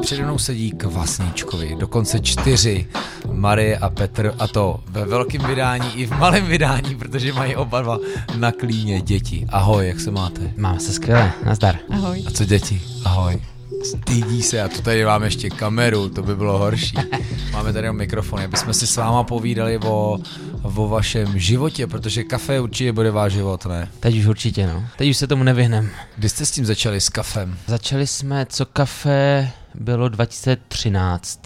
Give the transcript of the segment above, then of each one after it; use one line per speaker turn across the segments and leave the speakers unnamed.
přede mnou sedí kvasníčkovi, dokonce čtyři, Marie a Petr, a to ve velkém vydání i v malém vydání, protože mají oba dva na klíně děti. Ahoj, jak se máte?
Máme se skvěle, nazdar.
Ahoj.
A co děti? Ahoj. Stydí se, a to tady máme ještě kameru, to by bylo horší. Máme tady jenom mikrofon, aby jsme si s váma povídali o, o vašem životě, protože kafe určitě bude váš život, ne?
Teď už určitě, no. Teď už se tomu nevyhnem.
Kdy jste s tím začali, s kafem?
Začali jsme, co kafe bylo 2013.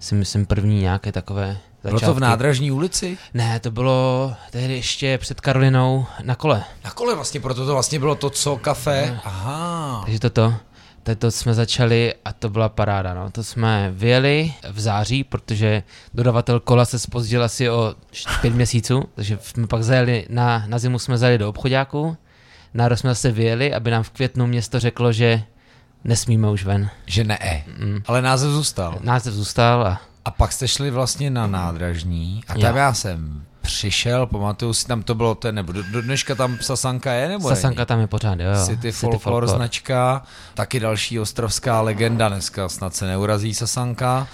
Si myslím první nějaké takové
Bylo
začátky.
to v nádražní ulici?
Ne, to bylo tehdy ještě před Karolinou na kole.
Na kole vlastně, proto to vlastně bylo to, co kafe. Aha.
Takže toto. Tato jsme začali a to byla paráda, no. To jsme vyjeli v září, protože dodavatel kola se spozdil asi o št- pět měsíců, takže jsme pak zajeli, na, na zimu jsme zajeli do obchodáku, na rok jsme zase vyjeli, aby nám v květnu město řeklo, že nesmíme už ven.
Že ne. Mm. Ale název zůstal.
Název zůstal a
A pak jste šli vlastně na nádražní a tam
Jo.
já jsem přišel, pamatuju si, tam to bylo, to je, nebo do, do dneška tam Sasanka je, nebo
Sasanka
je?
tam je pořád, jo, jo.
City, City folklore, značka, taky další ostrovská legenda, dneska snad se neurazí Sasanka.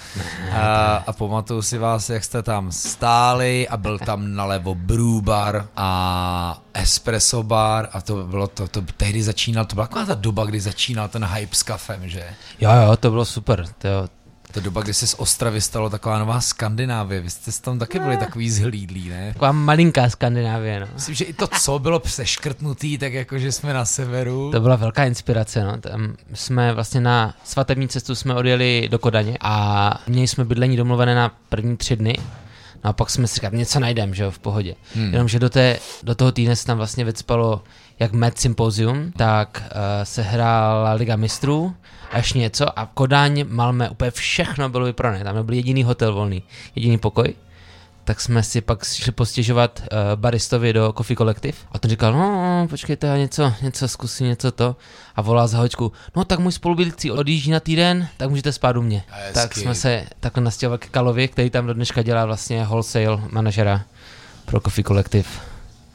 A, a pamatuju si vás, jak jste tam stáli a byl tam nalevo brůbar a espresso bar a to bylo to, to tehdy začínal, to byla taková ta doba, kdy začínal ten hype s kafem, že?
Jo, jo, to bylo super, to jo.
To doba, kdy se z Ostravy stalo taková nová Skandinávie, vy jste tam taky byli takový zhlídlí, ne?
Taková malinká Skandinávie, no.
Myslím, že i to, co bylo přeškrtnutý, tak jako, že jsme na severu.
To byla velká inspirace, no. Tam jsme vlastně na svatební cestu jsme odjeli do Kodaně a měli jsme bydlení domluvené na první tři dny. No a pak jsme si říkali, něco najdeme, že jo, v pohodě. Hmm. Jenomže do, té, do toho týdne se tam vlastně vycpalo jak Med Symposium, tak uh, se hrála Liga mistrů a ještě něco a Kodaň, Malmé, úplně všechno bylo vyprodané. Tam nebyl jediný hotel volný, jediný pokoj tak jsme si pak šli postěžovat uh, baristovi do Coffee Collective a ten říkal, no, no počkejte, já něco, něco zkusím, něco to a volá za hoďku, no tak můj spolubydlící odjíždí na týden, tak můžete spát u mě.
Hezky.
Tak jsme se takhle nastěhovali ke Kalovi, který tam do dneška dělá vlastně wholesale manažera pro Coffee Collective.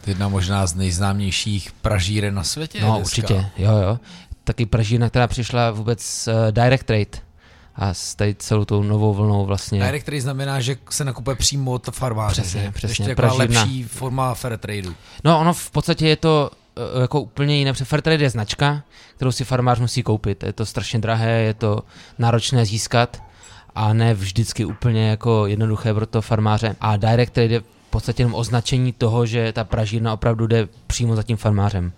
Jedna možná z nejznámějších pražíren na světě.
No
dneska.
určitě, jo jo. Taky pražírna, která přišla vůbec s uh, Direct Trade a s tady celou tou novou vlnou vlastně.
Direct trade znamená, že se nakupuje přímo od farmáře.
Přesně,
že?
přesně,
Ještě taková
pražírna.
lepší forma fair tradeu.
No ono v podstatě je to eh, jako úplně jiné, protože Fairtrade je značka, kterou si farmář musí koupit. Je to strašně drahé, je to náročné získat a ne vždycky úplně jako jednoduché pro toho farmáře. A Direct Trade je v podstatě jenom označení toho, že ta pražírna opravdu jde přímo za tím farmářem.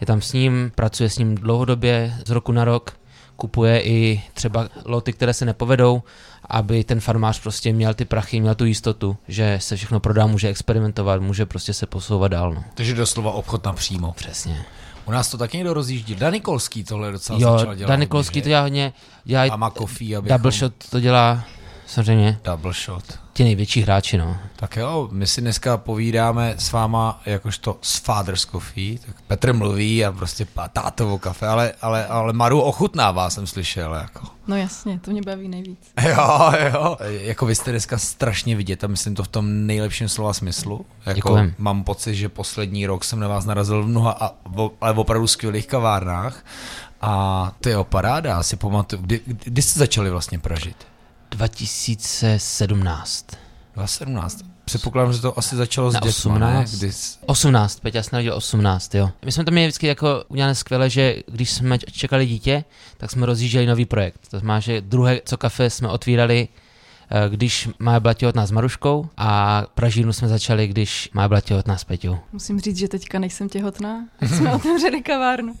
Je tam s ním, pracuje s ním dlouhodobě, z roku na rok, kupuje i třeba loty, které se nepovedou, aby ten farmář prostě měl ty prachy, měl tu jistotu, že se všechno prodá, může experimentovat, může prostě se posouvat dál. No.
Takže doslova obchod napřímo.
Přesně.
U nás to taky někdo rozjíždí. Danikolský tohle docela
Jo,
začal dělat.
Dan Nikolský to dělá hodně, dělá i
A má kofí, abychom...
double shot to dělá samozřejmě
Double shot.
ti největší hráči, no.
Tak jo, my si dneska povídáme s váma jakožto s Father's Coffee, tak Petr mluví a prostě pá- tátovo kafe, ale, ale, ale Maru ochutnává, jsem slyšel, jako.
No jasně, to mě baví nejvíc.
Jo, jo. Jako vy jste dneska strašně vidět a myslím to v tom nejlepším slova smyslu. Jako
Děkujem.
Mám pocit, že poslední rok jsem na vás narazil v mnoha, a, vo- ale opravdu skvělých kavárnách. A to je paráda, já si pamatuju, kdy, kdy jste začali vlastně pražit?
2017.
2017. Předpokládám, že to asi začalo s
Na
dětma, ne?
18.
Kdy jsi...
18, Peťa se narodil 18, jo. My jsme to měli vždycky jako udělané skvěle, že když jsme č- čekali dítě, tak jsme rozjížděli nový projekt. To znamená, že druhé co kafe jsme otvírali, eh, když má byla těhotná s Maruškou a Pražírnu jsme začali, když má byla těhotná s Peťou.
Musím říct, že teďka nejsem těhotná. Jsme otevřeli kavárnu.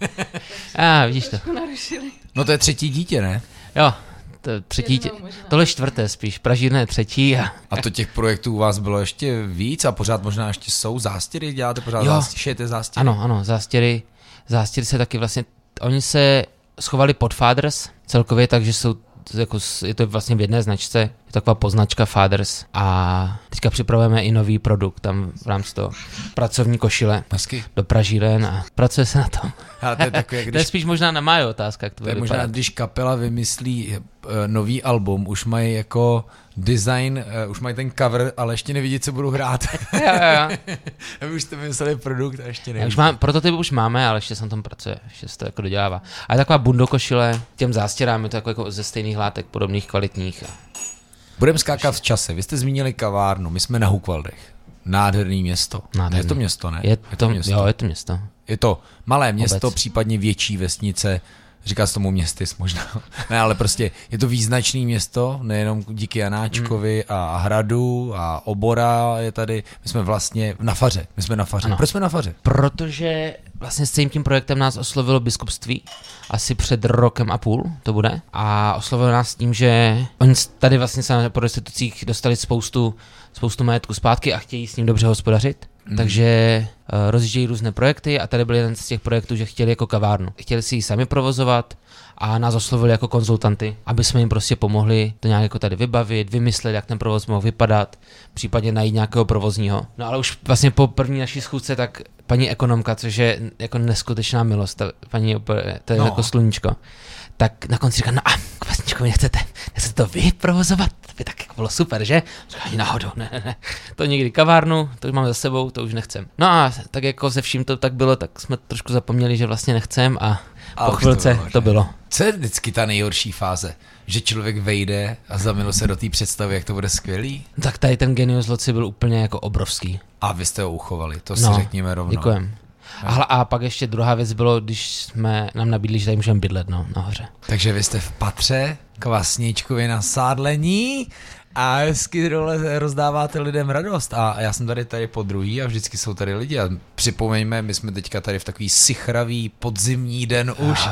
A vidíš to.
Narušili.
No to je třetí dítě, ne?
Jo, to třetí, tě,
Jednou možná.
tohle čtvrté spíš, Pražírna je třetí a
A to těch projektů u vás bylo ještě víc a pořád možná ještě jsou zástěry, děláte pořád
Jo.
zástěry, šijete zástěry.
Ano, ano, zástěry, zástěry se taky vlastně, oni se schovali pod Fathers celkově, takže jsou jako, s- je to vlastně v jedné značce, je taková poznačka Fathers a teďka připravujeme i nový produkt tam v rámci toho pracovní košile
Hezky.
do Pražíren a pracuje se na tom.
Ale to je takové,
To je
když,
spíš možná na Majo otázka, jak to
to je
bude
možná,
vypadat.
když kapela vymyslí eh, eh, nový album, už mají jako design, eh, už mají ten cover, ale ještě nevidí, co budu hrát.
Jo, jo, jo.
Aby už to vymysleli produkt a ještě
Já
neví.
Už mám, prototyp už máme, ale ještě se na tom pracuje, ještě se to jako dodělává. A je taková bundokošile, těm zástěrám je to jako, jako ze stejných látek, podobných kvalitních.
Budeme skákat v čase. Vy jste zmínili kavárnu, my jsme na Hukvaldech. Nádherný město.
Nádherný.
Je to město, ne?
Je to, je to město. Jo, je to město.
Je to malé město,
Obec.
případně větší vesnice, říká se tomu městys možná. ne, ale prostě je to význačné město, nejenom díky Janáčkovi
Mm.
a Hradu a Obora je tady. My jsme vlastně na faře, my jsme na faře. Ano. Proč jsme na faře?
Protože vlastně s celým tím projektem nás oslovilo biskupství asi před rokem a půl, to bude. A oslovilo nás tím, že oni s- tady vlastně se po restitucích dostali spoustu, spoustu majetku zpátky a chtějí s ním dobře hospodařit. Mm. Takže eh, rozjíždějí různé projekty a tady byl jeden z těch projektů, že chtěli jako kavárnu. Chtěli si ji sami provozovat a nás oslovili jako konzultanty, aby jsme jim prostě pomohli to nějak jako tady vybavit, vymyslet, jak ten provoz mohl vypadat, případně najít nějakého provozního. No ale už vlastně po první naší schůzce, tak paní ekonomka, což je jako neskutečná milost, ta paní, úplně- to je
No.
no. jako sluníčko, tak na konci říká, no a kvasničku vy nechcete, nechcete to vy provozovat? To by tak jako bylo super, že? Říká, ani náhodou, ne, ne, ne, to někdy kavárnu, to už mám za sebou, to už nechcem. No a tak jako se vším to tak bylo, tak jsme trošku zapomněli, že vlastně nechcem a,
A
a po
už to
chvilce
bylo, že?
to bylo.
Co je vždycky ta nejhorší fáze? Že člověk vejde a zamiluje se do té představy, jak to bude skvělý?
Tak tady ten genius loci byl úplně jako obrovský.
A vy jste ho uchovali, to si řekněme rovnou.
No, Děkujem. A, hla- a pak ještě druhá věc bylo, když jsme nám nabídli, že tady můžeme bydlet no, nahoře.
Takže vy jste v patře, kvasničkovi na sádlení a hezky dole rozdáváte lidem radost. A já jsem tady tady po druhý a vždycky jsou tady lidi. A připomeňme, my jsme teďka tady v takový sichravý podzimní den už.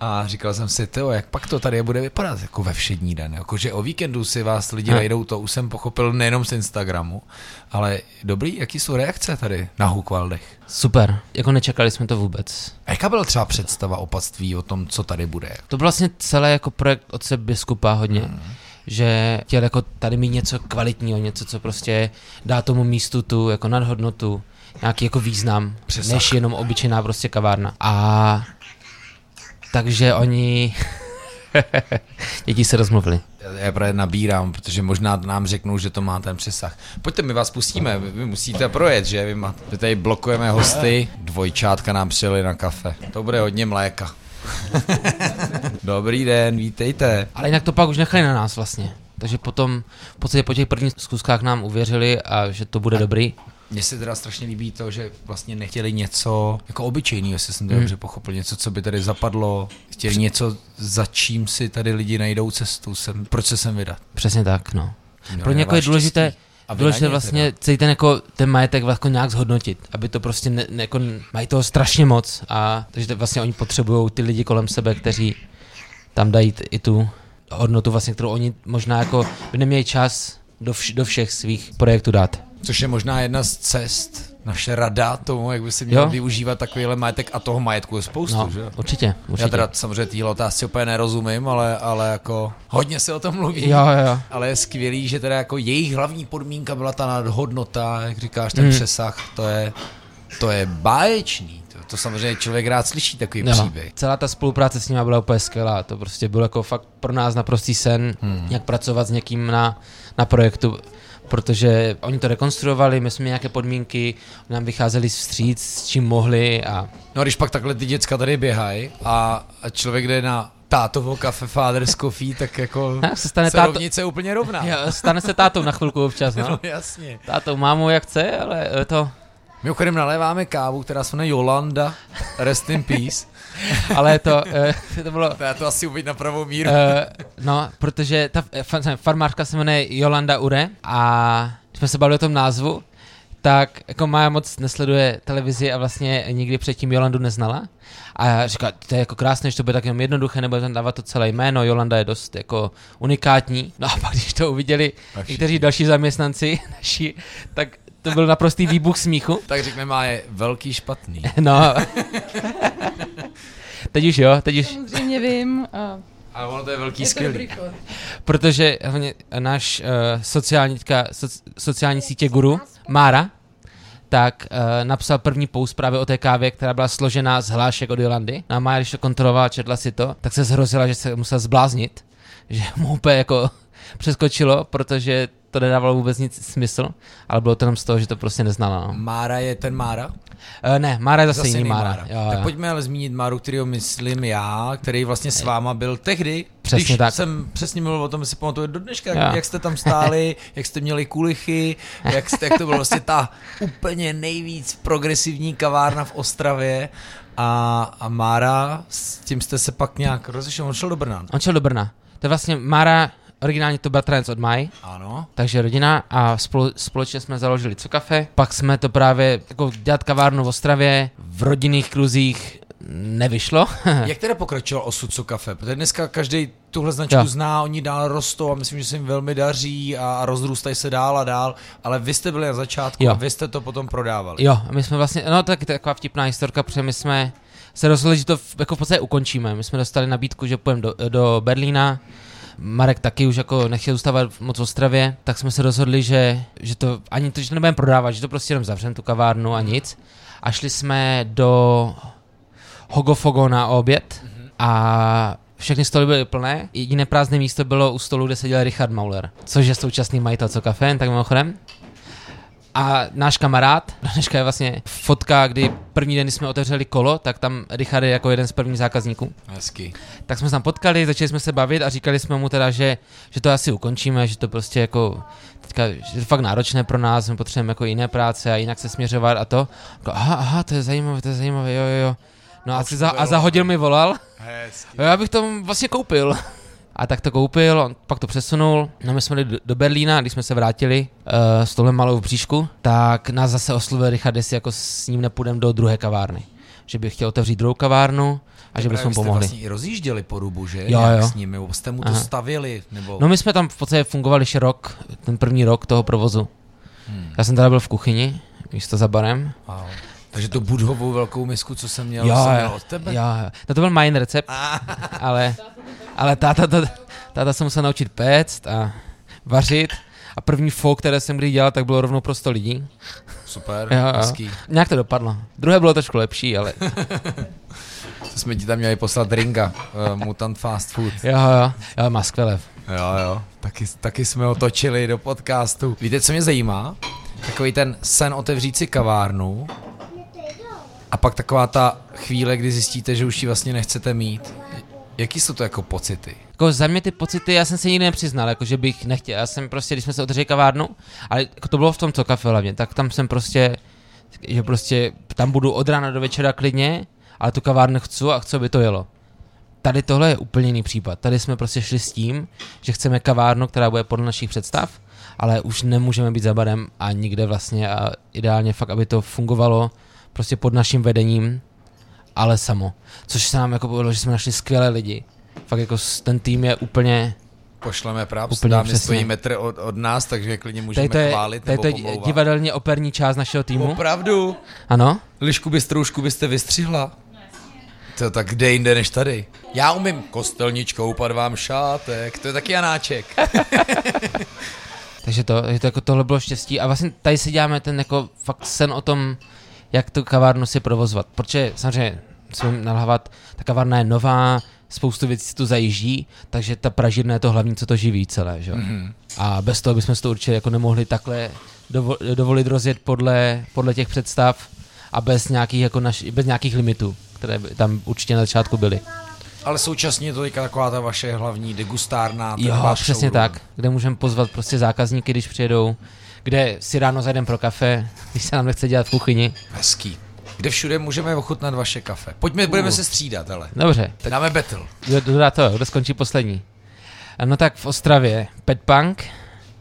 A říkal jsem si, Teo, jak pak to tady bude vypadat jako ve všední den. Jakože o víkendu si vás lidi
Hm.
vejdou, to už jsem pochopil nejenom z Instagramu. Ale dobrý, jaký jsou reakce tady na Hukvaldech?
Super, jako nečekali jsme to vůbec.
A jaká byla třeba představa opatství o tom, co tady bude?
To byl vlastně celý jako projekt otce biskupa hodně, mm. že chtěl jako tady mít něco kvalitního, něco, co prostě dá tomu místu tu jako nadhodnotu, nějaký jako význam,
Přesah.
než jenom obyčejná prostě kavárna. A takže oni... Děti se rozmluvili.
Já- Já právě nabírám, protože možná nám řeknou, že to má ten přesah. Pojďte, my vás pustíme, vy, vy musíte projet, že? Vy, máte, my tady blokujeme hosty, dvojčátka nám přijeli na kafe. To bude hodně mléka. Dobrý den, vítejte.
Ale jinak to pak už nechali na nás vlastně. Takže potom, v podstatě po těch prvních zkuskách nám uvěřili a že to bude dobrý.
Mně se teda strašně líbí to, že vlastně nechtěli něco jako obyčejného, jestli jsem to dobře pochopil, něco, co by tady zapadlo, chtěli něco, za čím si tady lidi najdou cestu, sem, proč se sem vydat.
Přesně tak, no. Pro
já
někoho je
vás
důležité,
štěstí. A vy na
důležité
ně
vlastně celý ten, jako, ten majetek jako nějak zhodnotit, aby to prostě, ne, ne, jako, mají toho strašně moc a takže to vlastně oni potřebují ty lidi kolem sebe, kteří tam dají t- i tu hodnotu vlastně, kterou oni možná jako by neměli čas do, vš- do všech svých projektů dát.
Což je možná jedna z cest, naše rada tomu, jak by si měl
Jo.
využívat takovýhle majetek a toho majetku je spoustu,
No,
že? jo?
určitě, určitě.
Já teda samozřejmě téhle otázce úplně nerozumím, ale, ale jako hodně se o tom mluví.
Jo, jo, jo.
Ale je skvělý, že teda jako jejich hlavní podmínka byla ta nadhodnota, jak říkáš, ten
Hmm.
přesah, to je, to je báječný. To, to samozřejmě člověk rád slyší takový
Jo.
příběh.
Celá ta spolupráce s nimi byla úplně skvělá. To prostě byl jako fakt pro nás naprostý sen, hmm. jak pracovat s někým na, na projektu. Protože oni to rekonstruovali, my jsme měli nějaké podmínky, nám vycházeli vstříc, s čím mohli a
No a když pak takhle ty děcka tady běhají a, a člověk jde na tátovo kafe Father's Coffee, tak jako
Tak se stane
se
táto-
rovnice je úplně rovná.
Jo, stane se tátou na chvilku občas,
No
no.
jasně.
Tátou mámu jak chce, ale eh, to,
Mimochodem naléváme kávu, která se jmenuje Jolanda, rest in peace.
ale to, eh, to bylo,
To já to asi uvidím na pravou míru.
Eh, no, protože ta eh, fa- ne, farmářka se jmenuje Jolanda Ure a když jsme se bavili o tom názvu, tak jako má moc nesleduje televizi a vlastně nikdy předtím Jolandu neznala. A říká, to je jako krásné, že to bude tak jenom jednoduché, nebo tam dávat to celé jméno, Jolanda je dost jako unikátní. No a pak když to uviděli
všichni.
někteří další zaměstnanci naši, tak to byl naprostý výbuch smíchu.
Tak řekne má je velký špatný.
No. teď už jo, teď už,
Samozřejmě vím. A
A ono to je velký
je to
skvělý.
dobrý kód.
Protože hlavně náš uh, sociální, teďka, soc, sociální sítě guru, Mára, tak uh, napsal první post právě o té kávě, která byla složená z hlášek od Jolandy. No A Mára, když to kontrolovala, četla si to, tak se zhrozila, že se musela zbláznit že mu úplně jako přeskočilo, protože to nedávalo vůbec nic smysl, ale bylo to jenom z toho, že to prostě neznala. No.
Mára je ten Mára?
E, ne, Mára je zase, zase jiný Mára.
Jo, tak pojďme ale zmínit Máru, kterýho myslím já, který vlastně s váma byl tehdy.
Přesně
když
tak.
jsem přesně mluvil o tom, si pamatuju do dneška,
Jo.
jak, jak jste tam stáli, jak jste měli kulichy, jak, jste, jak to bylo vlastně ta úplně nejvíc progresivní kavárna v Ostravě. A, a Mára, s tím jste se pak nějak rozešel, on šel do Brna.
On šel do Brna. To je vlastně Mára, originálně to bratranec od Maj,
Ano.
takže rodina a spolu, společně jsme založili co kafe. Pak jsme to právě jako dělat kavárnu v Ostravě, v rodinných kruzích nevyšlo.
Jak teda pokračoval osud Co Cafe? Protože dneska každý tuhle značku
Jo.
zná, oni dál rostou a myslím, že se jim velmi daří a a rozrůstají se dál a dál, ale vy jste byli na začátku a
Jo.
vy jste to potom prodávali.
Jo, my jsme vlastně, no tak taková vtipná historka, protože my jsme se rozhodli, že to v, jako v podstatě ukončíme. My jsme dostali nabídku, že půjdeme do, do Berlína, Marek taky už jako nechtěl zůstávat moc v Ostravě, tak jsme se rozhodli, že, že to ani to, že to nebudeme prodávat, že to prostě jenom zavřeme tu kavárnu a nic. A šli jsme do Hogofogo na oběd a všechny stoly byly plné. Jediné prázdné místo bylo u stolu, kde seděl Richard Mauler, což je současný majitel co kafe, tak mimochodem. A náš kamarád, dneška je vlastně fotka, kdy první den, kdy jsme otevřeli kolo, tak tam Richard je jako jeden z prvních zákazníků.
Hezky.
Tak jsme se tam potkali, začali jsme se bavit a říkali jsme mu teda, že, že to asi ukončíme, že to prostě jako teďka že to je fakt náročné pro nás, my potřebujeme jako jiné práce a jinak se směřovat a to. Jako, aha, aha, to je zajímavé, to je zajímavé, jo, jo, jo. No a,
už
si
to
za, a
bylo.
za hodil mi volal,
Hezky.
jo, já bych to vlastně koupil. A tak to koupil, on pak to přesunul. No my jsme jeli do, do Berlína, když jsme se vrátili uh, s touhle malou v bříšku, tak nás zase oslovil Richard, jestli jako s ním nepůjdeme do druhé kavárny. Že bych chtěl otevřít druhou kavárnu a že bychom
Právě
mu
vy jste
pomohli.
vlastně i rozjížděli po rubu, že?
Jo,
Nějak
jo.
S nimi, nebo jste mu to
Aha.
stavili, nebo...
No my jsme tam v podstatě fungovali ještě rok, ten první rok toho provozu.
Hmm.
Já jsem teda byl v kuchyni, místo za barem.
Wow. Takže tu budhovou velkou misku, co jsem měl,
Jo,
jsem měl
jo,
od tebe?
jo, jo. No to byl main recept, ale, ale táta, to, táta se musel naučit péct a vařit. A první fou, které jsem kdy dělal, tak bylo rovnou pro 100 lidí.
Super,
Jo, jo.
hezký.
Nějak to dopadlo. Druhé bylo trošku lepší, ale
To jsme ti tam měli poslat ringa, uh, Mutant Fast Food.
jo, jo, jo, má skvělé.
Jo, jo, taky, taky jsme ho točili do podcastu. Víte, co mě zajímá? Takový ten sen otevřít si kavárnu a pak taková ta chvíle, kdy zjistíte, že už ji vlastně nechcete mít. Jaký jsou to jako pocity?
Jako za mě ty pocity, já jsem se nikdy nepřiznal, jako že bych nechtěl. Já jsem prostě, když jsme se otevřeli kavárnu, ale jako to bylo v tom co kafe hlavně, tak tam jsem prostě, že prostě tam budu od rána do večera klidně, ale tu kavárnu chci a chci, aby to jelo. Tady tohle je úplně jiný případ. Tady jsme prostě šli s tím, že chceme kavárnu, která bude podle našich představ, ale už nemůžeme být za barem a nikde vlastně a ideálně fakt, aby to fungovalo prostě pod naším vedením, ale samo. Což se nám jako povedlo, že jsme našli skvělé lidi. Fakt jako s- ten tým je úplně...
Pošleme praps,
Úplně
dámy
přesně.
stojí metr od, od nás, takže je klidně můžeme
Tady to je,
chválit
tady
nebo
to je
pomlouvat.
divadelně operní část našeho týmu.
Opravdu?
Ano?
Lišku by stroušku byste vystřihla? To tak kde jinde než tady. Já umím kostelničkou, pad vám šátek, to je taky Janáček.
Takže to, je to jako tohle bylo štěstí. A vlastně tady si děláme ten jako fakt sen o tom, jak tu kavárnu si provozovat. Protože samozřejmě musím nalhávat, ta kavárna je nová, spoustu věcí tu zajíždí, takže ta pražírna je to hlavní, co to živí celé. Že? Mm-hmm. A bez toho bychom si to určitě jako nemohli takhle dovo- dovolit rozjet podle, podle těch představ a bez nějakých, jako naš, bez nějakých limitů, které by tam určitě na začátku byly.
Ale současně je to teďka taková ta vaše hlavní degustárna. ten no.
Jo,
váš
přesně
showroom.
tak, kde můžeme pozvat prostě zákazníky, když přijedou, kde si ráno zajdeme pro kafe, když se nám nechce dělat v kuchyni.
Hezký. Kde všude můžeme ochutnat vaše kafe. Pojďme, budeme se střídat, ale.
Dobře,
Tak. Dáme battle.
kdo dodá to, kdo skončí poslední. No tak v Ostravě Pet Punk,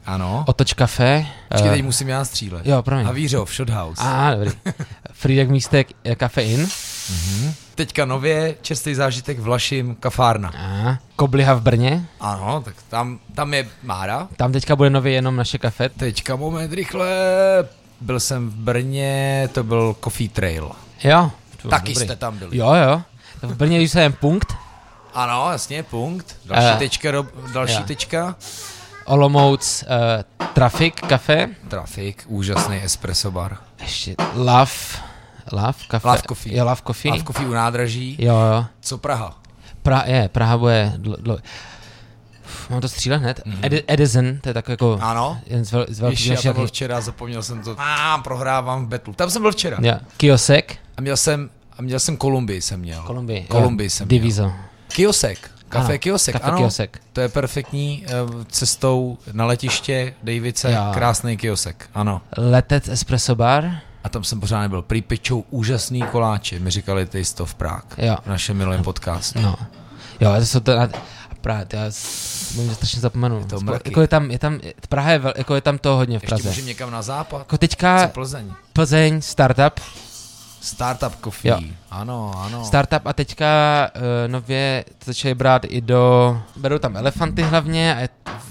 Ano.
Otoč Café,
Počkej,
eh,
teď musím já střílet.
jo, promiň.
A Vířov, Shothouse. A.
a dobrý, Frýdek místek eh, Cafe In,
Teďka nově, čestý zážitek Vlašim, kafárna.
a Kobliha v Brně,
Ano, tak tam, tam je Mára.
tam teďka bude nově jenom naše kafe,
Teďka moment, rychle. Byl jsem v Brně, to byl Coffee Trail.
jo.
Taky
dobrý.
jste tam byli.
Jo, jo. V Brně už jsem punkt,
Ano, jasně, punkt. Další
Eh.
tečka, rob, další
Jo.
tečka.
Olomouc, uh, Trafik Cafe,
Trafik, úžasný espresso bar.
ještě Love, Love Cafe.
Love Coffee.
Jo, Love Coffee.
A v Coffee u nádraží.
Jo, jo.
Co Praha?
Pra, je, Praha bude dlo, dlo, Uf, mám to střílet hned. Edi- Edison, to je tak jako
Mhm. Ano.
jeden z, vel, z
Víš,
velkých
já tam
našich...
byl včera, zapomněl jsem to. A prohrávám v betlu. Tam jsem byl včera.
Jo. Kiosek,
A měl jsem, a měl jsem Kolumbii jsem měl.
Kolumbii.
Kolumbii jsem měl.
Divizo.
Kiosek. Kafe
Ano,
Kiosek,
kafe
ano.
Kiosek.
To je perfektní eh, cestou na letiště Davice,
Jo.
krásný kiosek, ano.
Letec Espresso Bar.
A tam jsem pořád nebyl. Prý pečou úžasný koláče, mi říkali ty to v Prák.
Jo.
V našem minulém podcastu.
No. Jo, to jsou to... Na... A Praha, já s- bojím, že strašně zapomenu.
to
Spol-
mraky.
jako je tam, je tam, Praha je, vel, jako je tam to hodně v
Ještě
Praze.
můžeme někam na západ.
Jako teďka
Co Plzeň?
Plzeň, startup,
Startup Coffee.
Jo.
Ano, ano.
No. startup a teďka uh, nově to začali brát i do, berou tam elefanty hlavně a je,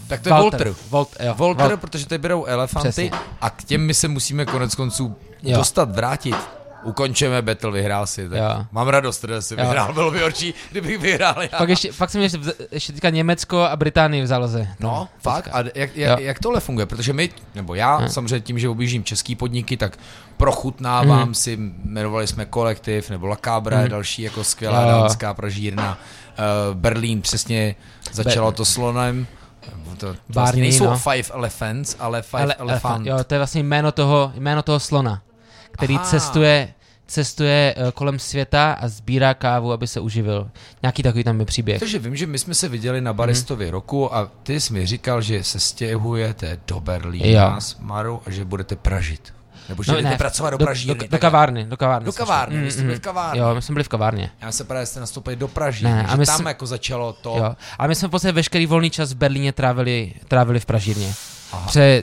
Tak to je Volter.
Volt, jo,
Volter,
Volt-
protože ty berou elefanty
Přesně.
a k těm my se musíme konec konců
Jo.
dostat, vrátit. Ukončeme battle, vyhrál si. Tak
Jo.
mám radost, že si
Jo.
vyhrál, bylo by horší, kdybych vyhrál já.
Pak ještě, pak jsem měl ještě, vz- ještě teďka Německo a Británii v záloze.
No, fakt. A jak,
Jo. Hm.
jak, jak tohle funguje? Protože my, nebo já, samozřejmě tím, že objíždím český podniky, tak prochutnávám
Hm.
mm. si, jmenovali jsme Kolektiv, nebo La Cabra je další jako skvělá
Jo.
dánská pražírna. Uh, Berlín přesně začalo
Be-
to slonem. Nebo To, to
Barney,
vlastně nejsou
no.
Five Elephants, ale Five
Ale,
Ele-
elefant.
Elephant.
Jo, to je vlastně jméno toho, jméno toho slona, který
Aha.
Aha. cestuje cestuje eh, kolem světa a sbírá kávu, aby se uživil. Nějaký takový tam je příběh.
Protože vím, že my jsme se viděli na Baristovi
Mhm.
roku a ty jsi mi říkal, že se stěhujete do Berlína
Jo.
s Maru a že budete pražit. Nebo že no, jdete pracovat do,
do,
pražírny.
do, do
tak-
kavárny, do kavárny.
Do
jsme šli.
kavárny,
Mm,
vy jste
mm.
byli v kavárně.
Jo, my jsme byli v kavárně.
Já se právě jste nastoupili do Praží,
Ne,
ne,
a my
tam
jsme-
jako začalo to.
Jo. A my jsme v podstatě veškerý volný čas v Berlíně trávili, trávili v Pražírně. Pře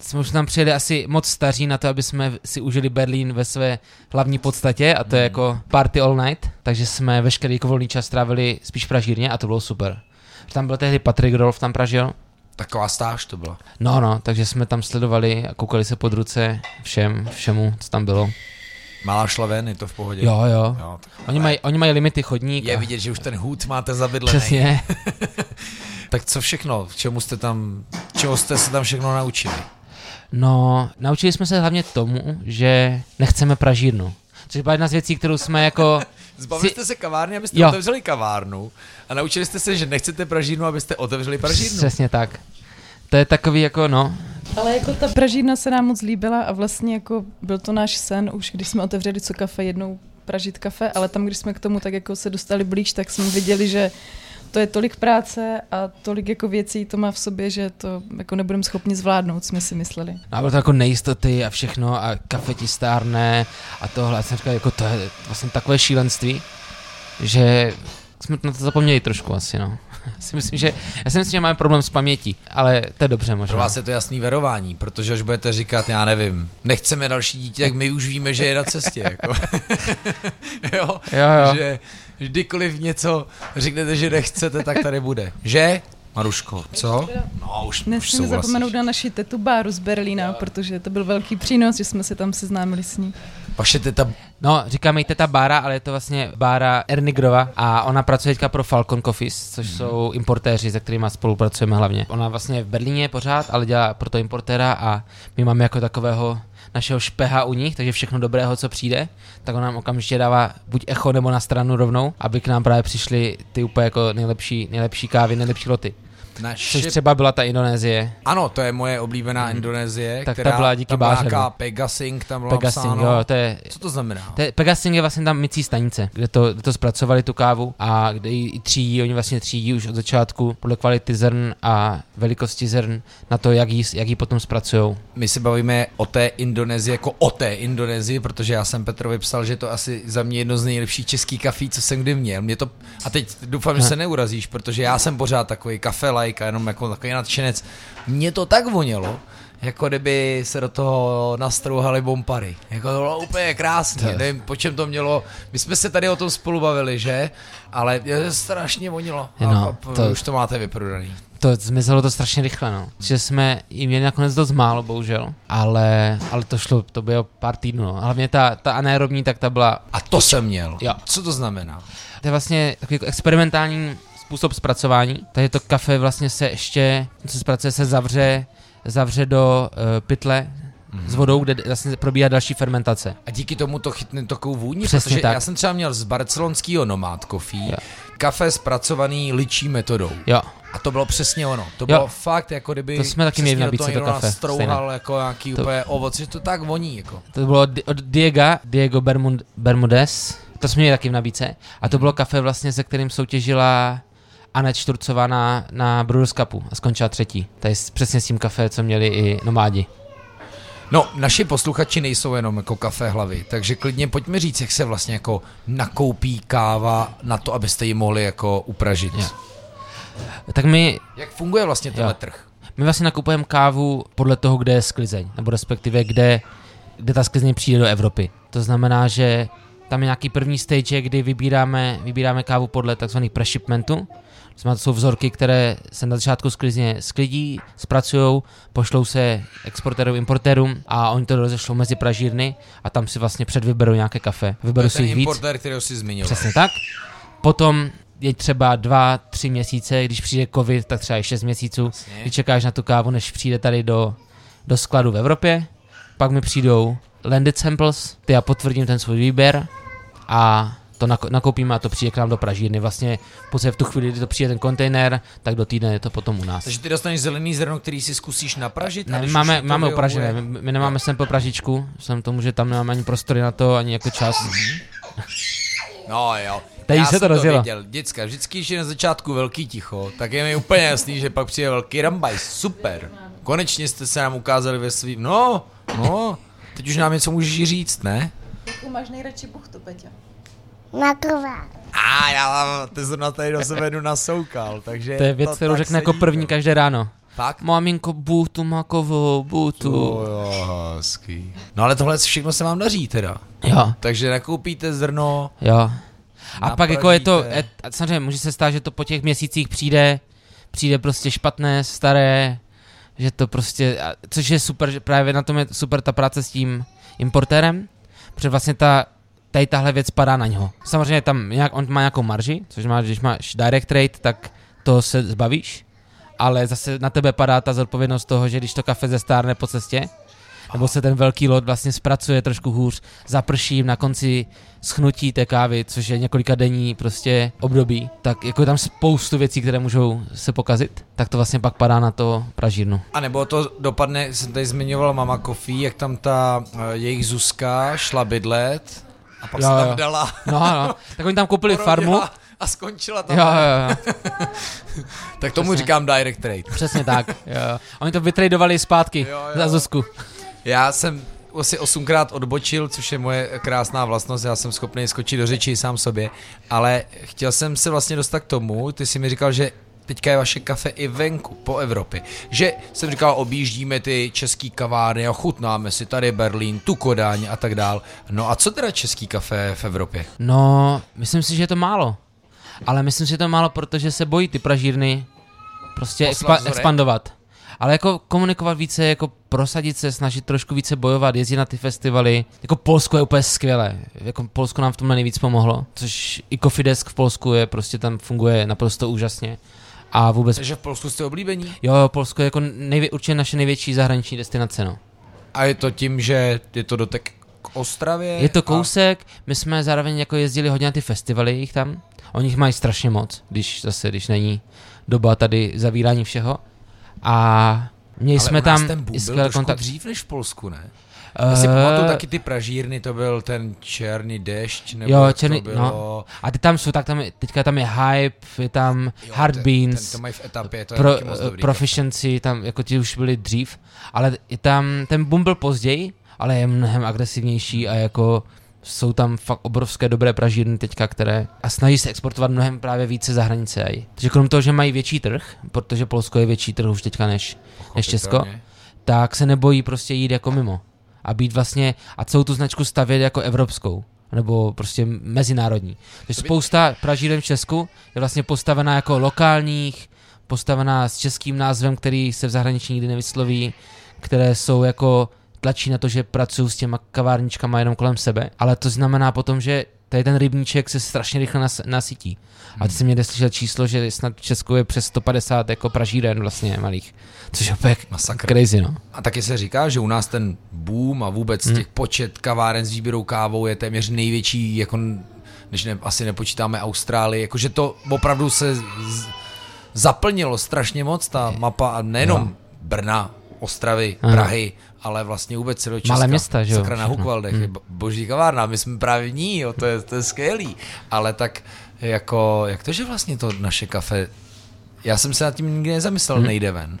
jsme už tam přijeli asi moc staří na to, aby jsme si užili Berlín ve své hlavní podstatě a
Hmm.
to je jako party all night, takže jsme veškerý jako volný čas trávili spíš v Pražírně a to bylo super. Tam byl tehdy Patrick Rolf, tam pražil.
Taková stáž to byla.
No, no, takže jsme tam sledovali a koukali se pod ruce všem, všemu, co tam bylo.
Malá šlavén, je to v pohodě.
Jo, jo.
jo tak
Oni mají, oni mají limity chodník.
je
a-
vidět, že už ten hůd máte zabydlený.
Přesně.
Tak co všechno, k čemu jste tam, čeho jste se tam všechno naučili?
No, naučili jsme se hlavně tomu, že nechceme pražírnu. Což byla jedna z věcí, kterou jsme jako...
Zbavili
si-
jste se kavárny, abyste
Jo.
otevřeli kavárnu a naučili jste se, že nechcete pražírnu, abyste otevřeli pražírnu.
Přesně tak. To je takový jako, no,
Ale jako ta pražírna se nám moc líbila a vlastně jako byl to náš sen už, když jsme otevřeli co kafe jednou pražit kafe, ale tam, když jsme k tomu tak jako se dostali blíž, tak jsme viděli, že to je tolik práce a tolik jako věcí to má v sobě, že to jako nebudeme schopni zvládnout, jsme si mysleli.
no a bylo to jako nejistoty a všechno a kafe ti stárne a tohle. A jsem říkal, jako to je vlastně takové šílenství, že jsme na to zapomněli trošku asi, no. Já si myslím, že, já si myslím, že máme problém s pamětí, ale to je dobře možná.
Pro vás je to jasný verování, protože až budete říkat, já nevím, nechceme další dítě, tak my už víme, že je na cestě. Jako. jo?
Jo, jo.
Že kdykoliv něco řeknete, že nechcete, tak tady bude. Že? Maruško, co? No, už, už
Nesmíme
souhlasíš.
zapomenout na naši tetu Báru z Berlína, protože to byl velký přínos, že jsme se tam seznámili s ní.
Vaše teta,
No, říkáme jí teta Bára, ale je to vlastně Bára Ernigrova a ona pracuje teďka pro Falcon Coffees, což jsou importéři, se kterými spolupracujeme hlavně. Ona vlastně je v Berlíně pořád, ale dělá pro to importéra a my máme jako takového našeho špeha u nich, takže všechno dobrého, co přijde, tak ona nám okamžitě dává buď echo nebo na stranu rovnou, aby k nám právě přišly ty úplně jako nejlepší, nejlepší kávy, nejlepší loty.
naše...
Což třeba byla ta Indonésie.
Ano, to je moje oblíbená Indonésie,
Tak ta
která
byla díky
tam byla
Báře,
nějaká
no.
Pegasing, tam bylo
Pegasing,
napsáno.
jo, to je
Co to znamená?
To je- Pegasing je vlastně tam mycí stanice, kde to, kde to zpracovali tu kávu a kde ji i třídí, oni vlastně třídí už od začátku podle kvality zrn a velikosti zrn na to, jak ji, jak ji potom zpracujou.
My se bavíme o té Indonésii jako o té Indonésii, protože já jsem Petrovi psal, že to asi za mě jedno z nejlepších českých kafí, co jsem kdy měl. Mě to, a teď doufám, že se neurazíš, protože já jsem pořád takový kafe like a jenom jako takový nadšenec. Mně to tak vonělo, jako kdyby se do toho nastrouhali bompary. Jako to bylo úplně krásné. Nevím, po čem to mělo. My jsme se tady o tom spolu bavili, že? Ale je, strašně vonilo. A,
No,
a, to...
to-
Už to máte vyprodaný.
To zmizelo to strašně rychle, no. Že jsme jim měli nakonec dost málo, bohužel, ale, ale to šlo, to bylo pár týdnů, no. Hlavně ta, ta anaerobní, tak ta byla
A to jsem měl.
Jo.
Co to znamená?
To je vlastně takový jako experimentální způsob zpracování. Takže to kafe vlastně se ještě, co se zpracuje, se zavře, zavře do uh, pytle s vodou, kde vlastně probíhá další fermentace.
A díky tomu to chytne takovou vůni,
Přesně
protože
tak.
já jsem třeba měl z barcelonského Nomad Coffee
Jo.
kafe zpracovaný ličí metodou.
Jo,
A to bylo přesně ono. To
Jo.
bylo fakt, jako kdyby
To jsme taky měli v
přesně do
nabídce
toho
to
někdo
kafe,
nastrouhal
stejné.
jako nějaký
To-
úplně ovoc, že to tak voní. Jako.
to bylo Di- od Diega, Diego Bermud, Bermudez, to jsme měli taky v nabídce. A to bylo kafe vlastně, se kterým soutěžila Anna Čturcová na, na Brewers Cupu a skončila třetí. To je s- přesně s tím kafe, co měli i nomádi.
No, naši posluchači nejsou jenom jako kafe hlavy, takže klidně pojďme říct, jak se vlastně jako nakoupí káva na to, abyste ji mohli jako upražit.
Jo. Tak my,
Jak funguje vlastně tenhle
Jo.
trh?
my vlastně nakupujeme kávu podle toho, kde je sklizeň, nebo respektive kde, kde ta sklizeň přijde do Evropy. To znamená, že tam je nějaký první stage, kdy vybíráme, vybíráme kávu podle tzv. preshipmentu. To znamená, to jsou vzorky, které se na začátku sklizně sklidí, zpracují, pošlou se exportérům, importérům a oni to rozešlou mezi pražírny a tam si vlastně předvyberou nějaké kafe.
To
Vyberou
je
si
ten
jich víc.
importér, kterého jsi zmiňoval.
Přesně tak. Potom je třeba dva, tři měsíce, když přijde covid, tak třeba i šest měsíců,
Jasně.
kdy čekáš na tu kávu, než přijde tady do, do skladu v Evropě. Pak mi přijdou landed samples, ty já potvrdím ten svůj výběr a to nako- nakoupíme a to přijde k nám do Pražírny. Vlastně v podstatě v tu chvíli, kdy to přijde ten kontejner, tak do týdne je to potom u nás.
Takže ty dostaneš zelený zrno, který si zkusíš napražit? a
Ne, my
když už
máme,
ti to
máme
vyhovuje-
opražené, my, my nemáme sem po pražičku, sem tomu, že tam nemáme ani prostory na to, ani jako čas.
Mhm. No jo.
Tady
Já
se
jsem
to rozjelo.
viděl. Děcka, vždycky, když je na začátku velký ticho, tak je mi úplně jasný, že pak přijde velký rambaj. Super. Konečně jste se nám ukázali ve svým... No, no. Teď už nám něco můžeš říct, ne?
Jakou máš nejradši buchtu, Peťa?
Maková.
A já ty zrovna tady do sebe jdu nasoukal, takže...
To je věc, kterou
tak
řekne jako
sedí,
první
no.
každé ráno.
Tak?
Maminko, butu, makovo, butu.
jo, hezký. No ale tohle všechno se vám daří teda.
Jo,
Takže nakoupíte zrno,
jo. A pak jako je to,
Napražíte.
je, a samozřejmě může se stát, že to po těch měsících přijde, přijde prostě špatné, staré, že to prostě, a- což je super, že právě na tom je super ta práce s tím importérem, protože vlastně ta, tady tahle věc padá na něho. Samozřejmě tam nějak, on má nějakou marži, což má, když máš direct rate, tak to se zbavíš, ale zase na tebe padá ta zodpovědnost toho, že když to kafe zestárne po cestě, nebo se ten velký lot vlastně zpracuje trošku hůř, zaprší na konci schnutí té kávy, což je několika denní prostě období, tak jako je tam spoustu věcí, které můžou se pokazit, tak to vlastně pak padá na to pražírnu.
A nebo to dopadne, jsem tady zmiňoval Mama Coffee, jak tam ta uh, jejich Zuzka šla bydlet a pak
Jo,
se
jo.
tam dala.
No, no, tak oni tam koupili
porodila
farmu.
A skončila tam.
Jo, jo, jo,
tak tomu
přesně.
říkám direct trade.
přesně tak. Jo. Oni to vytradovali zpátky
Jo, jo.
za Zuzku.
Já jsem asi osmkrát odbočil, což je moje krásná vlastnost, já jsem schopný skočit do řeči sám sobě, ale chtěl jsem se vlastně dostat k tomu, ty jsi mi říkal, že teďka je vaše kafe i venku, po Evropě. Že jsem říkal, objíždíme ty český kavárny a chutnáme si tady Berlín, tu Kodáň a tak dál. No a co teda český kafe v Evropě?
No, myslím si, že je to málo. Ale myslím si, že je to málo, protože se bojí ty pražírny prostě
Poslat
expa-
vzorek?
expandovat. Ale jako komunikovat více, jako prosadit se, snažit trošku více bojovat, jezdit na ty festivaly. Jako Polsko je úplně skvělé. Jako Polsko nám v tomhle nejvíc pomohlo. Což i Coffee Desk v Polsku je prostě tam funguje naprosto úžasně. A vůbec...
Takže v Polsku jste oblíbení?
Jo, jo, Polsko je jako nejvě- určitě naše největší zahraniční destinace, no.
A je to tím, že je to dotek k Ostravě?
Je to
a-
kousek, my jsme zároveň jako jezdili hodně na ty festivaly jich tam. Oni jich mají strašně moc, když zase, když není doba tady zavírání všeho. A měli
Ale
jsme
u nás
tam
ten boom
i
byl
skvělý
trošku
kontakt.
dřív než v Polsku, ne? Já si
Eh,
pamatuju taky ty pražírny, to byl ten černý dešť, nebo
jo,
jak
černý,
to bylo...
no. A ty tam jsou, tak tam, je- teďka tam je Hype, je tam
Jo,
Hard
ten-
Beans,
Ten, to mají v etapě, to je
pro, eh,
taky moc dobrý.
Proficiency, tam jako ti už byli dřív, ale je tam, ten boom byl později, ale je mnohem agresivnější a jako jsou tam fakt obrovské dobré pražírny teďka, které a snaží se exportovat mnohem právě více za hranice. aj. Takže krom toho, že mají větší trh, protože Polsko je větší trh už teďka než, než Česko,
Pochopitelně.
tak se nebojí prostě jít jako mimo a být vlastně a celou tu značku stavět jako evropskou nebo prostě mezinárodní. Takže spousta pražíren v Česku je vlastně postavená jako lokálních, postavená s českým názvem, který se v zahraničí nikdy nevysloví, které jsou jako tlačí na to, že pracují s těma kavárničkama jenom kolem sebe, ale to znamená potom, že Tady ten rybníček se strašně rychle nas, nasytí.
Hmm.
A ty jsem někde slyšel číslo, že snad v Česku je přes 150 jako pražíren vlastně malých. Což je opět
Masakr.
crazy, no.
A taky se říká, že u nás ten boom a vůbec hmm. těch počet kaváren s výběrou kávou je téměř největší, jako když ne, asi nepočítáme Austrálii, jakože to opravdu se z, zaplnilo strašně moc ta mapa a nejenom no. Brna, Ostravy,
Ano.
Prahy, ale vlastně vůbec celého Česka.
Malé města, že jo,
Sakra na
všechno. Hmm.
Hukvaldech, je bo- boží kavárna, my jsme právě v ní, jo, to, je, to je skvělý. Ale tak jako, jak to, že vlastně to naše kafe, já jsem se nad tím nikdy nezamyslel,
Hmm.
nejde ven.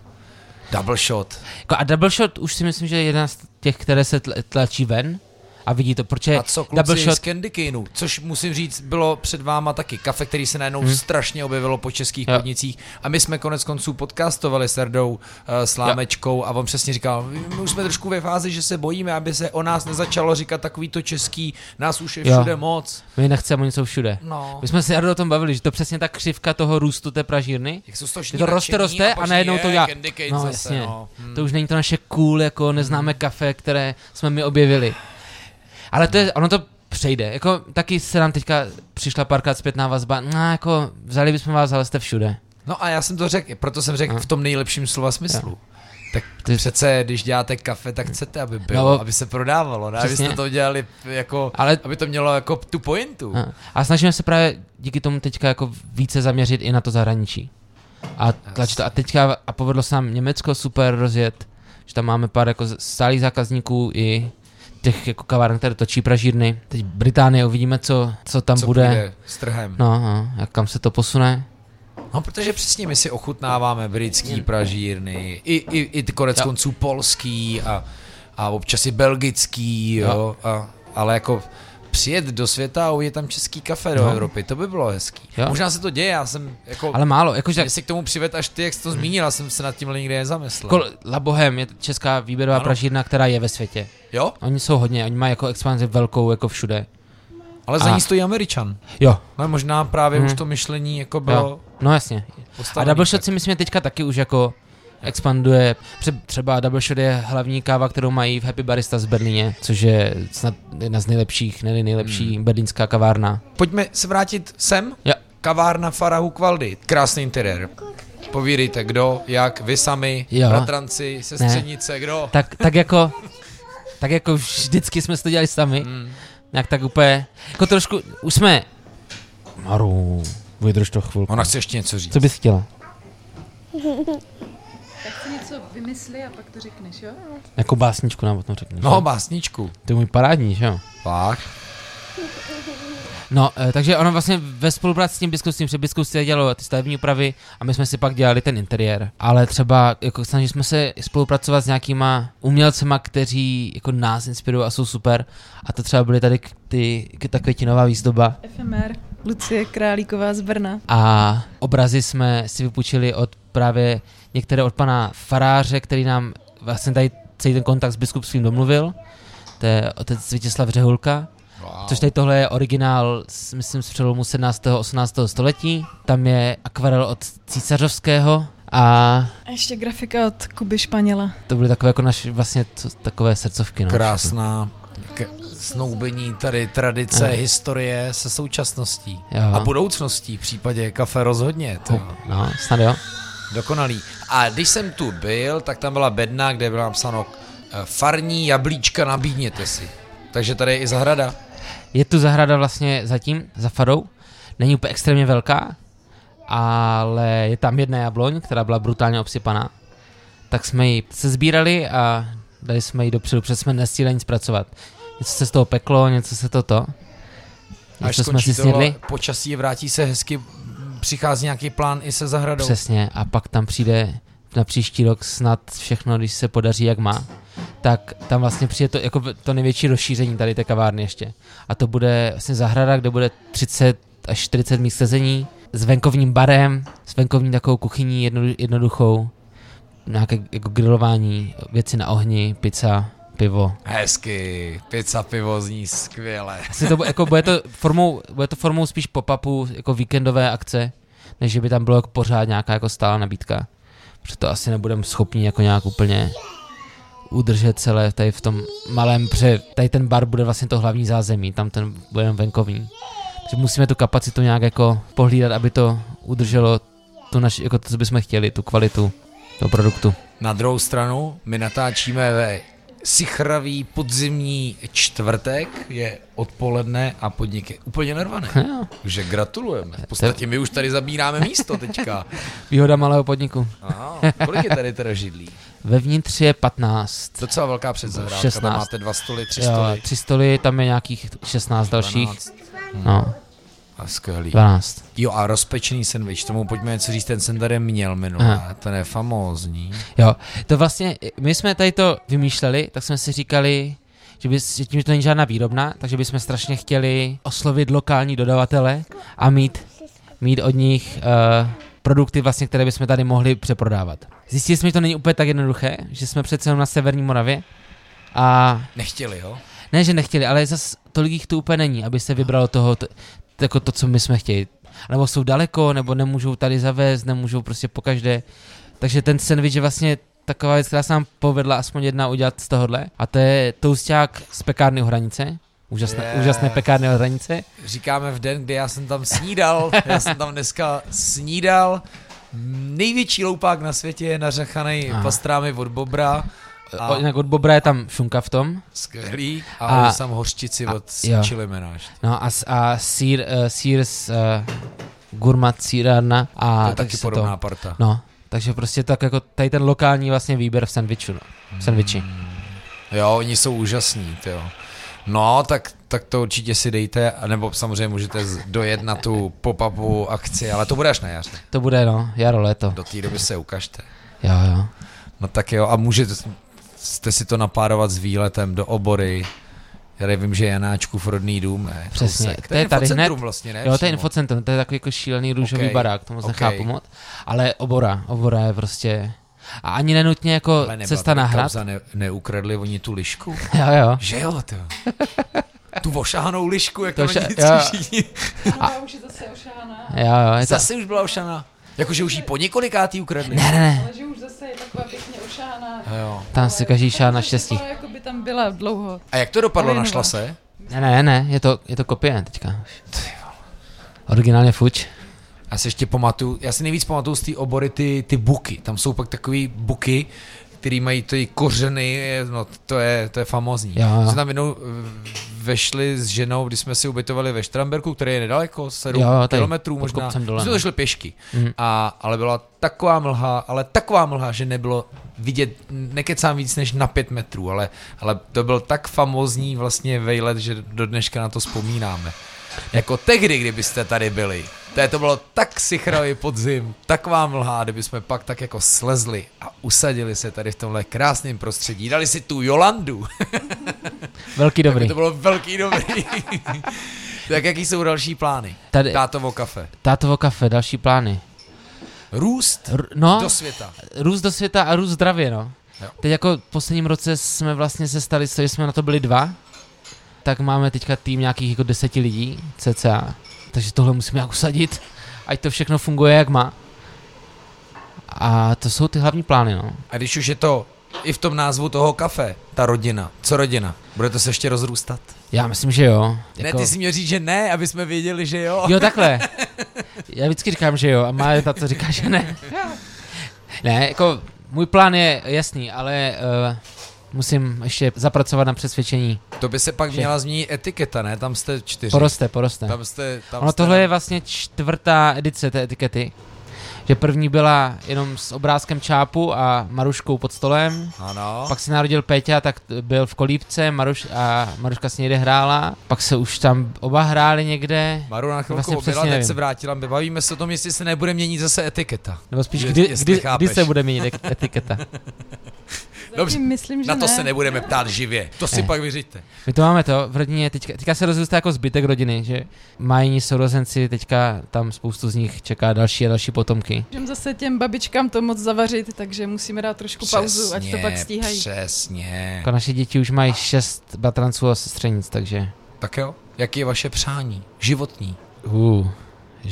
Double shot.
Jako a double shot už si myslím, že je jedna z těch, které se tl- tlačí ven a vidí to, protože
A co kluci
double shot
z Candy Caneu, což musím říct, bylo před váma taky kafe, který se najednou hmm. strašně objevilo po českých
Mhm. Jo.
podnicích a my jsme konec konců podcastovali s Erdou uh, Slámečkou a on přesně říkal, my už jsme trošku ve fázi, že se bojíme, aby se o nás nezačalo říkat takový to český, nás už je
Jo.
všude moc.
my nechceme něco všude.
No.
My jsme se Jardo o tom bavili, že to přesně ta křivka toho růstu té pražírny.
Jak jsou
Že
stoční,
to roste, roste a, najednou to dělá.
Candy Cane
No
zase,
jasně,
no. Hmm.
to už není to naše cool, jako neznáme kafe, které jsme my objevili. Ale
Hmm.
to je, ono to přejde, jako taky se nám teďka přišla párkrát zpětná vazba, no jako vzali bychom vás, ale jste všude.
No a já jsem to řekl, proto jsem řekl v tom nejlepším slova smyslu. Tak
Ty-
přece, když děláte kafe, tak chcete, aby bylo,
No,
aby se prodávalo, ne?
přesně.
Abyste to dělali jako,
Ale-
aby to mělo jako tu pointu.
A- No. A snažíme se právě díky tomu teďka jako více zaměřit i na to zahraničí. A tlačit to. A teďka, a povedlo se nám Německo super rozjet, že tam máme pár jako z- stálých zákazníků i těch jako kaváren, které točí pražírny. Teď Británie, uvidíme, co, co tam
co
bude.
půjde s trhem. No.
No, no, jak kam se to posune.
no, protože přesně my si ochutnáváme britský pražírny, i, i, i ty konec
Jo.
konců polský a, a občas i belgický, jo, a, ale jako přijet do světa a ujet tam český kafe do
No.
Evropy, to by bylo hezký.
Jo.
Možná se to děje, já jsem jako...
Ale málo, jakože
Mě si k tomu přived až ty, jak jsi to zmínila, jsem se nad tím nikdy nezamyslel.
jako La Bohem je česká výběrová
Ano.
pražírna, která je ve světě.
Jo,
Oni jsou hodně, oni mají jako expanzi velkou jako všude.
ale za
A-
ní stojí Američan.
Jo,
No možná právě
Mhm.
už to myšlení jako
jo.
bylo
No jasně. A
postavené.
Double Shot si myslím, že teďka taky už jako expanduje. Pře- Třeba Double Shot je hlavní káva, kterou mají v Happy Barista z Berlíně, což je snad jedna z nejlepších, ne nejlepší hmm. berlínská kavárna.
Pojďme se vrátit sem.
Jo.
Kavárna Farahu Kvaldy. Krásný interiér. Povídejte, kdo, jak, vy sami,
Jo.
bratranci, sestřenice, kdo.
Tak, tak jako, tak jako vždycky jsme si to dělali sami.
Mm.
Nějak tak úplně, jako trošku, už jsme... Maru, vydrž to chvilku.
Ona chce ještě něco říct.
Co bys chtěla?
Tak si něco vymysli a pak to řekneš, jo?
Jako básničku nám o tom řekneš.
No,
jo?
básničku.
to je můj parádní, že jo?
Pak.
No, eh, takže ono vlastně ve spolupráci s tím biskupstvím, že biskupství dělalo ty stavební úpravy a my jsme si pak dělali ten interiér. Ale třeba jako snažili jsme se spolupracovat s nějakýma umělcema, kteří jako nás inspirují a jsou super. A to třeba byly tady k- ty, k- ta květinová výzdoba.
FMR, Lucie Králíková z Brna.
A obrazy jsme si vypůjčili od právě některé od pana faráře, který nám vlastně tady celý ten kontakt s biskupstvím domluvil. To je otec Vítězslav Řehulka.
Wow.
Což tady tohle je originál, s- myslím, z přelomu 17. 18. století. Tam je akvarel od císařovského a
A ještě grafika od Kuby Španěla.
to byly takové jako naše vlastně co, takové srdcovky. No.
Krásná k- snoubení tady tradice,
Ano.
historie se současností.
Jo.
A budoucností v případě kafe rozhodně. To.
No, snad jo.
Dokonalý. A když jsem tu byl, tak tam byla bedna, kde bylo napsáno eh, farní jablíčka nabídněte si. Takže tady je i zahrada.
Je tu zahrada vlastně zatím, za farou. Není úplně extrémně velká, ale je tam jedna jabloň, která byla brutálně obsypaná. Tak jsme ji sezbírali a dali jsme ji dopředu, protože jsme nestíhali nic pracovat. Něco se z toho peklo, něco se toto. Něco jsme
skončí
si snědli.
tohle počasí, vrátí se hezky, m, přichází nějaký plán i se zahradou.
Přesně, a pak tam přijde na příští rok snad všechno, když se podaří, jak má, tak tam vlastně přijde to, jako to největší rozšíření tady té kavárny ještě. A to bude vlastně zahrada, kde bude 30 až 40 míst sezení, s venkovním barem, s venkovní takovou kuchyní jedno, jednoduchou, nějaké jako grilování, věci na ohni, pizza, pivo.
Hezky, pizza pivo zní skvěle.
Asi to bude, jako, bude, to formou, bude to formou spíš pop-upu, jako víkendové akce, než že by tam bylo jako pořád nějaká jako stálá nabídka. Protože to asi nebudeme schopni jako nějak úplně udržet celé tady v tom malém, pře tady ten bar bude vlastně to hlavní zázemí, tam ten bude jenom venkovní. Takže musíme tu kapacitu nějak jako pohlídat, aby to udrželo tu naši, jako to, co bychom chtěli, tu kvalitu toho produktu.
Na druhou stranu, my natáčíme ve sichravý podzimní čtvrtek, je odpoledne a podnik je úplně narvaný.
Jo.
Takže gratulujeme. V podstatě my už tady zabíráme místo teďka.
Výhoda malého podniku.
Aha, kolik je tady teda židlí?
Vevnitř je 15.
Docela velká předzahrádka,
16.
tam máte dva stoly, tři
Jo,
stoly.
tři stoly, tam je nějakých 16 dalších.
12.
No,
A skvělý.
12.
Jo a rozpečený sendvič, tomu pojďme něco říct, ten jsem tady měl minulé, ten je famózní.
Jo, to vlastně, my jsme tady to vymýšleli, tak jsme si říkali, že, by, že tím, že to není žádná výrobna, takže bychom strašně chtěli oslovit lokální dodavatele a mít, mít od nich uh, produkty, vlastně, které bychom tady mohli přeprodávat. Zjistili jsme, že to není úplně tak jednoduché, že jsme přece jenom na Severní Moravě a
Nechtěli, jo?
ne, že nechtěli, ale zas tolik jich tu úplně není, aby se vybralo toho, t- jako to, co my jsme chtěli. Nebo jsou daleko, nebo nemůžou tady zavést, nemůžou prostě po každé. Takže ten sandwich je vlastně taková věc, která se nám povedla aspoň jedna udělat z tohohle. A to je tousták z pekárny u hranice. Úžasné,
Yes.
yes. úžasné pekárny u hranice.
Říkáme v den, kdy já jsem tam snídal, já jsem tam dneska snídal. Největší loupák na světě je nařachaný
Aha. Eh,
pastrámy od bobra. A
O, jinak od Bobra je tam šunka v tom.
skvělý. A,
A-
a sam hořčici
a-
od
jo.
Chili Menáš.
No a, s- a sír, uh, sír z uh, gurmat sírárna. A
To je
takže
taky
se
podobná parta.
No, takže prostě tak jako tady ten lokální vlastně výběr v sandviču, no. V sandviči.
Jo, oni jsou úžasní, jo. No, tak, tak to určitě si dejte, nebo samozřejmě můžete z- dojet na tu pop-upu akci, ale to bude až na jaře.
To bude, no, jaro, léto.
Do té doby se ukažte.
Jo, jo.
No tak jo, a můžete jste si to napárovat s výletem do obory. Já vím, že Janáčkův rodný dům, ne?
Přesně,
Kousek.
to je tady
infocentrum
hned.
vlastně, ne?
Jo, to je
Přímo.
infocentrum, to je takový jako šílený růžový
Okej,
okay. barák, to moc
okej.
okay. nechápu moc. Ale obora, obora je prostě... A ani nenutně jako
Ale nebyla
cesta
tady
na hrad.
kauza, Ne, neukradli oni tu lišku?
Jo, jo.
Že jo, to. Tu ošahanou lišku, jak
To
to
vše-
ša-
jo.
všichni.
Ona už je zase ošáhaná.
Jo, jo, je to...
Zase už byla ošaná. Jakože už jí po několikátý ukradli.
Ne, ne, ne,
Ale že už zase je taková pěkně ošáhaná.
A Jo.
tam si každý šá na štěstí.
Jako by tam byla dlouho.
A jak to dopadlo,
Ale
našla
nová.
se?
Ne, ne, ne, je to, je to kopie teďka. už. Originálně fuč.
Já si ještě pamatuju, já si nejvíc pamatuju z té obory ty, ty buky. Tam jsou pak takový buky, který mají ty kořeny, no to je, to je famózní.
Jo, jo.
Jsme tam jednou eh, vešli s ženou, když jsme si ubytovali ve Štramberku, který je nedaleko, 7
Jo, jo, tady,
kilometrů
pod
možná.
kopcem dole,
My jsme
no.
to šli pěšky. A, ale byla taková mlha, ale taková mlha, že nebylo vidět, nekecám víc než na pět metrů, ale, ale to byl tak famózní vlastně vejlet, že do dneška na to vzpomínáme. Jako tehdy, kdybyste tady byli. To, je, to bylo tak sichravý podzim, taková mlha, kdybychom pak tak jako slezli a usadili se tady v tomhle krásném prostředí. Dali si tu Jolandu. Dobrý.
Velký dobrý.
to bylo velký dobrý. tak jaký jsou další plány?
Tady,
Tátovo kafe.
tátovo kafe, další plány.
Růst
R- no,
do světa.
růst do světa a růst zdravě, no.
Jo.
Teď jako v posledním roce jsme vlastně se stali, co jsme na to byli dva, tak máme teďka tým nějakých jako deseti lidí, cca. Takže tohle musíme nějak usadit, ať to všechno funguje, jak má. A to jsou ty hlavní plány, no.
A když už je to i v tom názvu toho kafe, ta rodina. Co rodina? Bude to se ještě rozrůstat?
Já myslím, že jo.
Jako... Ne, ty jsi měl říct, že ne, aby jsme věděli, že jo.
Jo, takhle. Já vždycky říkám, že jo, a má je ta, co říká, že ne. Ne, jako můj plán je jasný, ale uh, musím ještě zapracovat na přesvědčení.
To by se pak měla změnit etiketa, ne? Tam jste čtyři.
Poroste, poroste.
Tam jste, tam
Ono
jste
tohle je vlastně čtvrtá edice té etikety. Že první byla jenom s obrázkem čápu a Maruškou pod stolem.
Ano. Pak...
Pak se narodil Péťa, tak t- byl v kolíbce Maruš a Maruška s někde hrála. Pak se už tam oba hráli někde.
Maru na chvilku
Vlastně
vlastně objela, teď
přesně nevím.
se vrátila. My bavíme se o tom, jestli se nebude měnit zase etiketa.
Nebo spíš,
Je-
kdy,
jestli
kdy, kdy
chápeš.
se bude měnit ek- etiketa.
Dobře,
Zatím myslím, že
na to
ne.
se nebudeme ptát živě. To si
Ne.
pak vyřiďte.
My to máme to v rodině, teďka, teďka se rozrůstá jako zbytek rodiny, že mají sourozenci, teďka tam spoustu z nich čeká další a další potomky.
Můžeme zase těm babičkám to moc zavařit, takže musíme dát trošku pauzu, ať to pak stíhají.
Přesně.
Jako naše děti už mají šest bratranců a sestřenic, takže...
Tak jo, jaký je vaše přání? Životní.
Uh,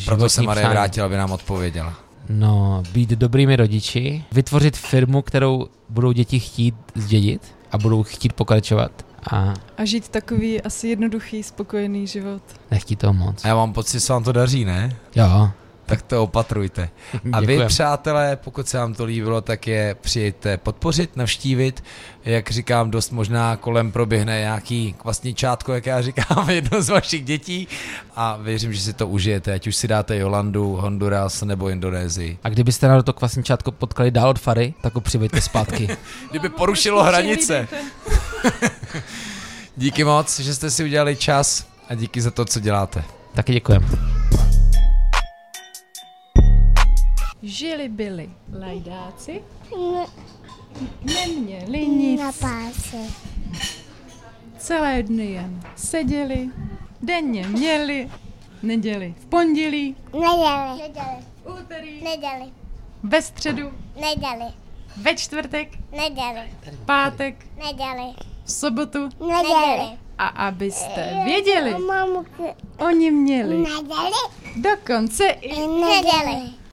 Proto se
životní
Marie
přání.
vrátila, aby nám odpověděla.
No, být dobrými rodiči, vytvořit firmu, kterou budou děti chtít zdědit a budou chtít pokračovat a
A žít takový asi jednoduchý, spokojený život.
nechtít toho moc.
A já mám pocit, že se vám to daří, ne?
Jo,
Tak to opatrujte. A vy,
děkujem.
přátelé, pokud se vám to líbilo, tak je přijďte podpořit, navštívit. Jak říkám, dost možná kolem proběhne nějaký kvasničátko, jak já říkám, jedno z vašich dětí. A věřím, že si to užijete, ať už si dáte Jolandu, Honduras nebo Indonésii.
A kdybyste nám do toho kvasničátko potkali dál od Fary, tak ho přiveďte zpátky.
Kdyby porušilo hranice. Díky moc, že jste si udělali čas a díky za to, co děláte.
Taky děkujem.
Žili byli lajdáci,
N-
neměli nic,
Na páse.
celé dny jen seděli, denně měli, neděli v pondělí,
Neděli. Neděli.
úterý,
Neděli.
ve středu,
Neděli.
ve čtvrtek,
Neděli.
pátek,
Neděli.
v sobotu
Neděli.
a abyste věděli,
Mamu, k-
oni měli
neděli.
dokonce i
Neděli.